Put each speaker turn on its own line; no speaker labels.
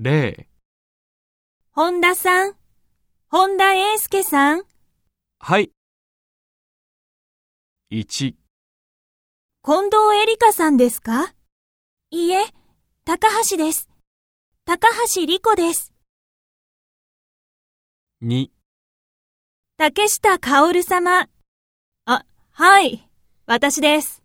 0
本田さん、本田英介さん、
はい。1、
近藤エリカさんですかいいえ、高橋です。高橋理子です。
2、
竹下薫様。あ、はい、私です。